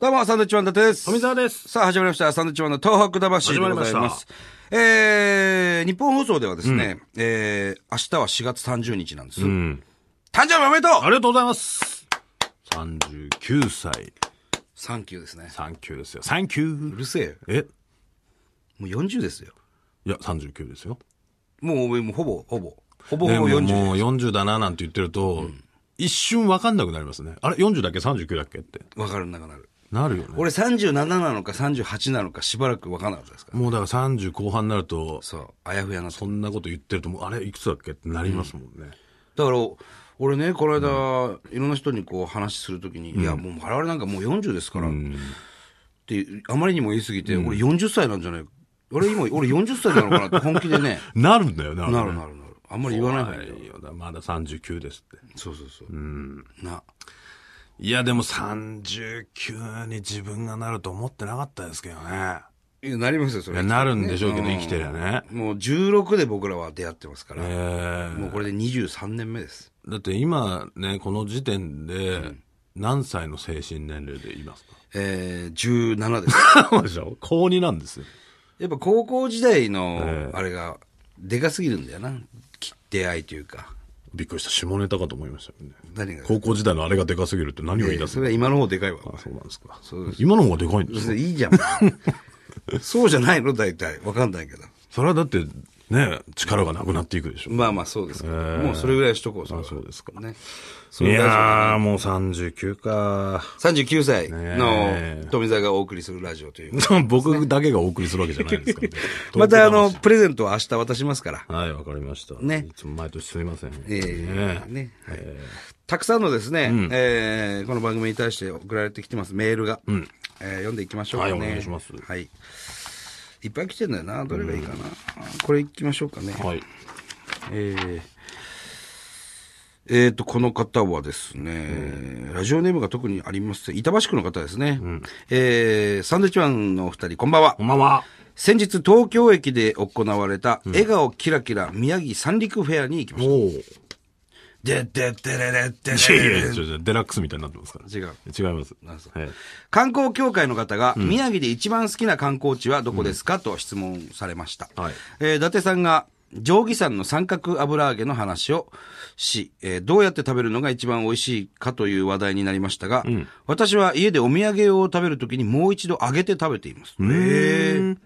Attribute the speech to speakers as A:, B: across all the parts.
A: どうも、サンドウィッチマン伊達です。
B: 富澤です
A: さあ、始まりました。サンドウィッチマンの東北魂でございます。
B: 始まりまし
A: えー、日本放送ではですね、えー、明日は4月30日なんです。
B: うん。
A: 誕生日おめでと
B: あ
A: う
B: りがとうございます。39歳。
A: サンキューですね。
B: サンキューですよ。サンキュ
A: う
B: ー。
A: るせえよ。
B: え
A: もう40ですよ。
B: いや、39ですよ。
A: もう、もうほぼ、ほぼ。ほぼ
B: で
A: ほぼ
B: も
A: 40。
B: もう40だななんて言ってると、一瞬わかんなくなりますね。あれ ?40 だっけ ?39 だっけって。
A: わからなくなる。
B: なるよね。
A: 俺37なのか38なのかしばらくわからなかったですから。
B: もうだから30後半になると、
A: そう、あやふやなと
B: そんなこと言ってると、もうあれいくつだっけってなりますもんね。
A: だから、俺ね、この間、いろんな人にこう話するときに、いや、もう我々なんかもう40ですから、って、あまりにも言い過ぎて、俺40歳なんじゃない俺今、俺40歳なのかなって本気でね、
B: なるんだよね、あれね
A: なるなるなる。あんまり言わない方がいいよ。
B: いいよなまだ39ですって。
A: そうそうそう。な。
B: いや、でも39に自分がなると思ってなかったですけどね。
A: いやなりますよ、そ
B: い
A: れ。
B: や、なるんでしょうけど、生きてりゃね。
A: もう16で僕らは出会ってますから、
B: え
A: もうこれで23年目です。
B: ーだって今ね、この時点で、何歳の精神年齢でいます
A: えー、17です。
B: かそうでしょ高2なんですよ。
A: やっぱ高校時代
B: え
A: の、あれが、でかすぎるんだよな。き出会いというか。
B: びっくりした。下ネタかと思いましたけどね。
A: 何が
B: 高校時代のあれがでかすぎるって何を言い出す
A: そ
B: の
A: れは今の方でかいわ。
B: あ、そうなんですか。
A: そうで
B: 今の方がでかいんで
A: 別
B: すよ
A: にいいじゃ ん。そうじゃないの大体。わかんないけど。
B: それはだって、ね、力がなくなっていくでしょ。
A: まあまあそうですけど。もうそれぐらいしとこう、それは
B: あそうですか
A: ね。
B: いやー、もう39か。
A: 39歳
B: ね
A: の富澤がお送りするラジオという。。
B: 僕だけがお送りするわけじゃないですからね
A: またあの、プレゼントは明日渡しますから。
B: はい、わかりました。
A: ね
B: いつも毎年すみません。
A: え
B: ね
A: ーね。はいたくさんのですね、えーこの番組に対して送られてきてますメールが。えー読んでいきましょうかね。
B: はいお願いします
A: はい。いっぱい来てんだよな。どれがいいかな。これいきましょうかね。
B: はい。
A: えーえーと、この方はですね、ラジオネームが特にありません。板橋区の方ですね。えーサンドウィッチマンのお二人、こんばんは
B: こ。んばんは。
A: 先日、東京駅で行われた、笑顔キラキラ宮城三陸フェアに行きま
B: お
A: した。
B: お。い
A: で、で、で、で、で、で、
B: や
A: で、
B: いやいや、ちょちょデラックスみたいになってますから。
A: 違う。
B: 違います。はい。
A: 観光協会の方が、宮城で一番好きな観光地はどこですか、と質問されました。
B: はい
A: えー伊達さんが、定規山の三角油揚げの話をし、えーどうやって食べるのが一番美味しいかという話題になりましたが、私は家でお土産を食べるときにもう一度揚げて食べています。へー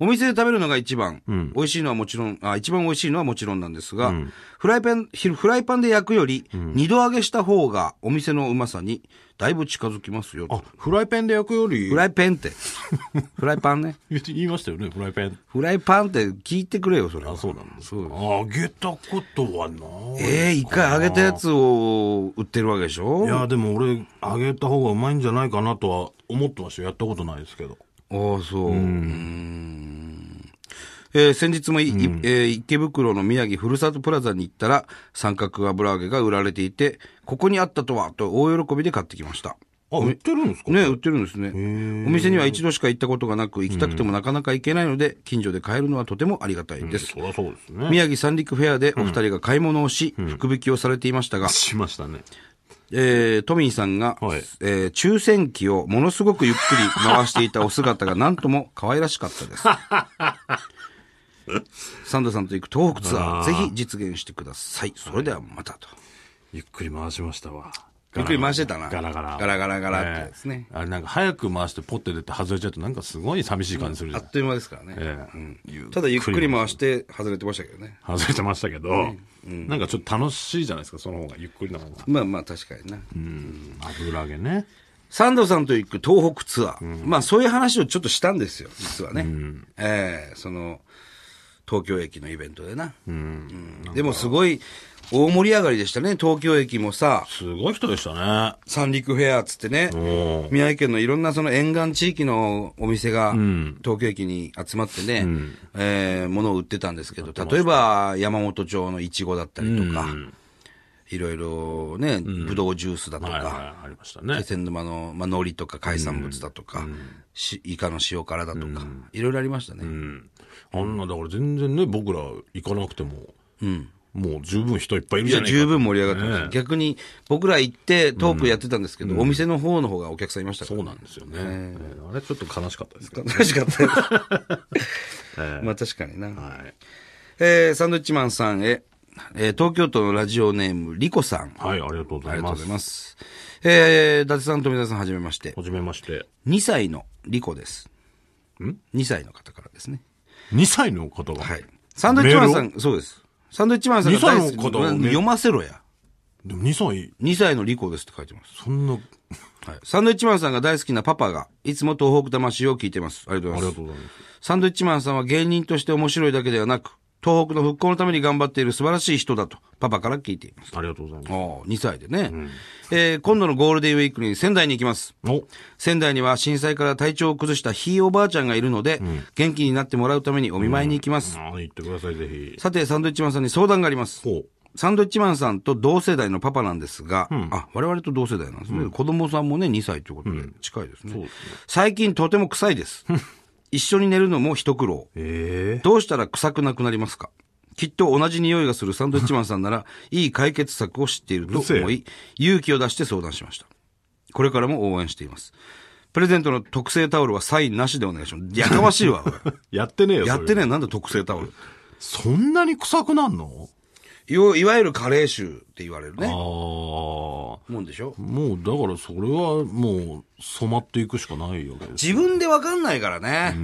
A: お店で食べるのが一番、美味しいのはもちろんあ、一番美味しいのはもちろんなんですが、フライパン、ひフライパンで焼くより、二度揚げした方がお店のうまさにだいぶ近づきますよと。
B: あ、フライパンで焼くより
A: フ、ライパ ンって。フライパンね。
B: 言いましたよね、フライパン。
A: フライパンって聞いてくれよ、それは。
B: あ、そうなんです。揚げたことはない。
A: ええ一回揚げたやつを売ってるわけでしょ
B: いや、でも俺、揚げた方がうまいんじゃないかなとは思ってましたよ。やったことないですけど。
A: ああ、そう。うーんえー先日もい、いえー池袋の宮城ふるさとプラザに行ったら、三角油揚げが売られていて、ここにあったとは、と大喜びで買ってきました。
B: あ、売ってるんですか
A: ね、売ってるんですね。お店には一度しか行ったことがなく、行きたくてもなかなか行けないので、近所で買えるのはとてもありがたいです。
B: そりゃそうですね。
A: 宮城三陸フェアでお二人が買い物をし、福引きをされていましたが、
B: しましたね。
A: えー、トミーさんが、
B: はい
A: えー抽選機をものすごくゆっくり回していたお姿がなんとも可愛らしかった です。サンドさんと行く東北ツアー、ぜひ実現してください。それではまたと。
B: ゆっくり回しましたわ。
A: ゆっくり回してたな
B: ガラガラ。
A: ガラガラガラってですね
B: ええあれなんか早く回してポッて出て外れちゃうとなんかすごい寂しい感じするじ
A: あ
B: ゃん
A: っ。という間ですからね。
B: ええ
A: ただゆっくり回して外れてましたけどね。
B: 外れてましたけど、なんかちょっと楽しいじゃないですか、その方が。ゆっくりの方が。
A: まあまあ確かにな。
B: 油揚げね。
A: サンドさんと行く東北ツアー。まあそういう話をちょっとしたんですよ、実はね。ええその、東京駅のイベントでな。うんでもすごい大盛り上がりでしたね、東京駅もさ、
B: すごい人でした
A: 三陸フェアっつってね、
B: ね。
A: 宮城県のいろんなその沿岸地域のお店が、東京駅に集まってね、ええ物を売ってたんですけど、例えば山本町のいちごだったりとか、いろいろね、ぶどうジュースだと
B: はい
A: か、
B: はい、ありましたね。
A: 気仙沼の、まあ、海苔とか海産物だとか、しイカの塩辛だとか、いろいろありましたね。
B: うん。あんな、だから全然ね、僕ら行かなくても、もう十分人いっぱいいる
A: い
B: じゃ
A: や、
B: ないか
A: 十分盛り上がってました。
B: ね
A: 逆に、僕ら行ってトークやってたんですけど、お店の方の方がお客さんいましたから
B: そうなんですよね、えーあれちょっと悲しかったですけど、
A: 楽しかったです。
B: えー
A: まあ確かにな。
B: はい
A: えーサンドイッチマンさんへ、えー東京都のラジオネーム、リコさん。
B: はい、ありがと
A: あ
B: うござ
A: りがとう
B: いま
A: ご
B: す
A: ざいます。えー、伊達さん、富田さん、はじめまして。
B: はじめまして
A: 2歳のリコです。
B: ん
A: ?2 歳の方からですね。
B: 2歳の方が、
A: はい。サンドイッチマンさ
B: メ
A: ん、そうです。サンドイッチマンさんが大好き
B: 二歳の方をね
A: 読ませろや。
B: でも2歳
A: 2歳のリコですって書いてます。
B: そんな
A: はい。サンドイッチマンさんが大好きなパパが、いつも東北魂を聞いてます。ありがとうご
B: あり
A: ざいます
B: がと。うございます
A: サンドイッチマンさんは芸人として面白いだけではなく、東北の復興のために頑張っている素晴らしい人だと、パパから聞いています。
B: ありがとうございま
A: ああ、2歳でね。えー今度のゴールデンウィークに仙台に行きます。
B: すお
A: 仙台には震災から体調を崩したひいおばあちゃんがいるので、元気になってもらうためにお見舞いに行きます。
B: ああ言ってくださいぜひ
A: さて、サンドイッチマンさんに相談があります。
B: ほう
A: サンドイッチマンさんと同世代のパパなんですが、あ、我々と同世代なんですね。子供さんもね、2歳ということで、近いですね。
B: そうです
A: 最近とても臭い です。一緒に寝るのも一苦労。
B: え
A: どうしたら臭くなくなりますかきっと同じ匂いがするサンドイッチマンさんな ら、いい解決策を知っていると
B: う
A: 思
B: る
A: い、勇気を出して相談しました。これからも応援しています。プレゼントの特製タオルはサインなしでお願いします。やかましい わ、おい
B: やってねえよ
A: やって
B: え
A: ねえ、なんだ特製タオル。
B: そんなに臭くなんの
A: いわいわゆるカレー臭って言われる
B: ああ
A: ね。もんでしょ
B: もうだからそれはもう染まっていくしかないわけです
A: 自分でわかんないからね。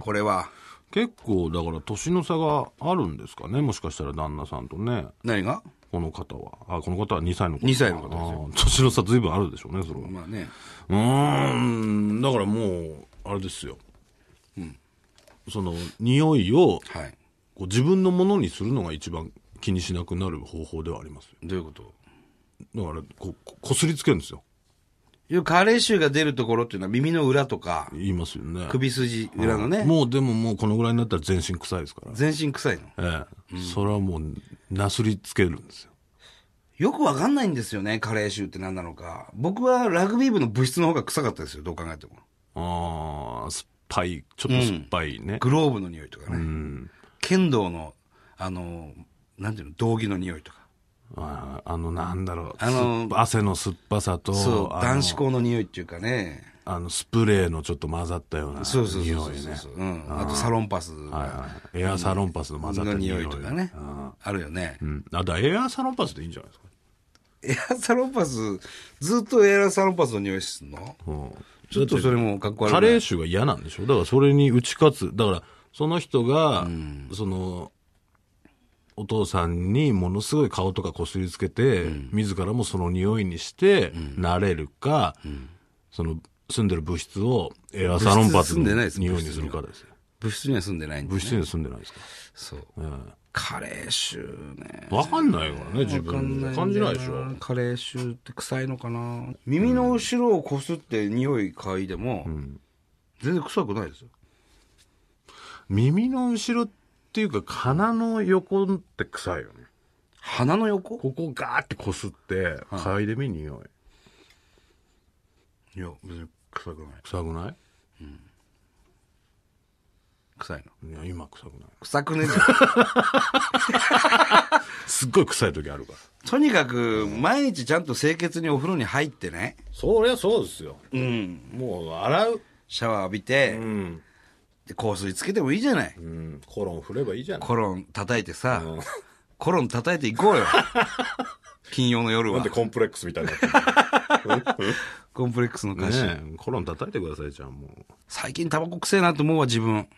A: これは。
B: 結構だから年の差があるんですかねもしかしたら旦那さんとね
A: 何が
B: この方はあこの方は2歳の子
A: 2歳の方です
B: よ年の差随分あるでしょうねそれは
A: まあね。
B: うーんだからもうあれですよ、その匂いを
A: はい。
B: こう自分のものにするのが一番気にしなくなる方法ではあります
A: どういうこと
B: よだからこここすりつけるんですよ
A: いやカレー臭が出るところっていうのは耳の裏とか、
B: 言いますよね
A: 首筋裏のね。
B: もうでももうこのぐらいになったら全身臭いですから
A: 全身臭いの。
B: ええ、それはもうなすりつけるんですよ
A: よくわかんないんですよね、カレー臭って何なのか。僕はラグビー部の部室の方が臭かったですよ、どう考えても。
B: ああ酸っぱいちょっと酸っぱいね、
A: グローブの匂いとかね。剣道の、あの、なんていうの、道着の匂いとか。
B: あああのなんだろう、
A: あの
B: 酸っぱ汗の酸っぱさと
A: そう、
B: あの
A: 男子校の匂いっていうかね。
B: あのスプレーのちょっと混ざったような
A: そうそうそう
B: 匂
A: そう
B: い
A: そう
B: ね
A: そう、うん。あとサロンパス
B: はい
A: の
B: はいエアサロンパスの混ざった匂
A: 匂
B: い
A: いとかね
B: うん。
A: あるよね
B: う。ん、あだからエアサロンパスでいいんじゃないですか、
A: エアサロンパス、ずっとエアサロンパスの匂いすんの
B: うん、
A: ちょっとそれもかっこ悪い。
B: カレー臭が嫌なんでしょだからそれに打ち勝つ。だから、その人が、その、お父さんにものすごい顔とかこすりつけて、自らもその匂いにして、なれるか、その、住んでる物質をエアサロンパス
A: 物質住ん
B: の
A: でない
B: 匂い
A: です
B: にするかですよ。
A: 部室には住んでないんで、
B: 物
A: ね。
B: 質には住んでないですか。
A: そう。
B: うん
A: カレー臭ね。
B: わかんないからね、自
A: わかんないん
B: 分で。
A: だよ
B: 感じないでしょ。
A: カレー臭って臭いのかな耳の後ろをこすって匂い嗅いでも、全然臭くないですよ
B: 耳の後ろっていうか、鼻の横って臭いよね。
A: 鼻の横
B: ここガーってこすって、嗅いでみ匂い。
A: いや別に臭くない
B: 臭くない
A: 臭いの
B: いや、今臭くない。
A: 臭くねえ じゃん
B: すっごい臭い時あるから。
A: とにかく毎日ちゃんと清潔にお風呂に入ってね
B: そりゃそうですよ。
A: うん
B: もう、洗う。
A: シャワー浴びて、
B: うん。
A: で香水つけてもいいじゃない、
B: うん。コロン振ればいいじゃない。
A: コロン叩いてさ、
B: ん
A: コロン叩いていこう よ金曜の夜は
B: コンプレックスみ たいな。
A: コンプレックスの歌詞、
B: ねえ、コロン叩いてください、じゃん、も
A: 最近タバコ臭えなと思うわ自分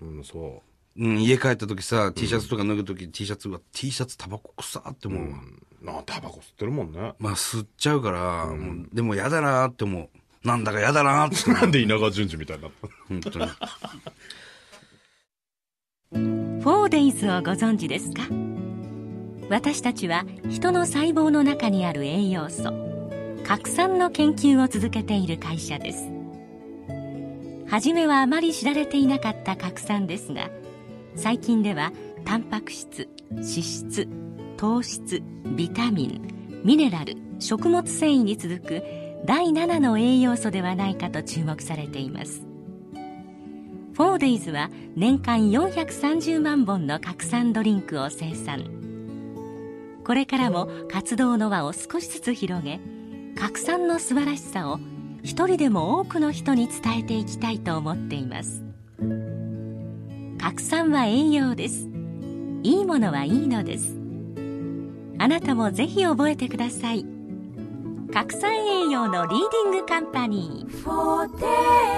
B: う。うん、そ
A: うん、家帰った時さ、T シャツとか脱ぐ時、T シャツは T シャツタバコ臭って思うわ。
B: う。なあ、タバコ吸ってるもんね。
A: まあ吸っちゃうから、もうでも嫌だなって思う。なんだか嫌だなって 思う。
B: なんで稲川淳二みたいになった
A: 本当に。
C: フォーデイズをご存知ですか私たちは人の細胞の中にある栄養素核酸の研究を続けている会社です初めはあまり知られていなかった核酸ですが最近ではタンパク質脂質糖質ビタミンミネラル食物繊維に続く第7の栄養素ではないかと注目されていますフォーデイズは年間430万本の拡散ドリンクを生産これからも活動の輪を少しずつ広げ拡散の素晴らしさを一人でも多くの人に伝えていきたいと思っています拡散は栄養ですいいものはいいのですあなたもぜひ覚えてください拡散栄養のリーディングカンパニー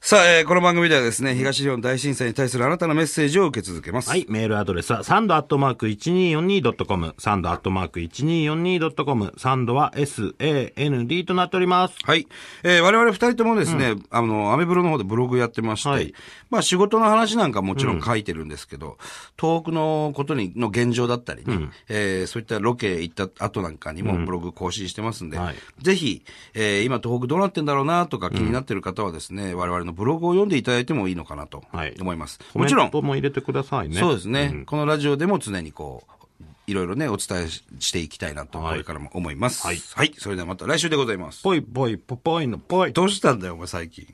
A: さあ、えーこの番組ではですね、東日本大震災に対するあなたのメッセージを受け続けます。
B: はい、メールアドレスは、サンドアットマーク 1242.com、サンドアットマーク 1242.com、サンドは SAND となっております。
A: はい。えー我々二人ともですね、あの、アメブロの方でブログやってまして、
B: はい
A: まあ仕事の話なんかもちろん書いてるんですけど、東北のことに、の現状だったりね、えーそういったロケ行った後なんかにもブログ更新してますんで、
B: はい
A: ぜひ、えー今東北どうなってんだろうなとか気になってる方はですね、我々のブログを読んでいただいてもいいのかなと
B: はい
A: 思います。
B: コメ
A: も
B: ン
A: ちろん
B: ト、も入れてくださいね。
A: そうですね、このラジオでも常にこう、いろいろね、お伝えししていきたいなと、こ
B: はい
A: れからも思います。は
B: はいい。
A: それではまた来週でございます。
B: ぽいぽいぽぽいのぽい。
A: どうしたんだよ、お前最近。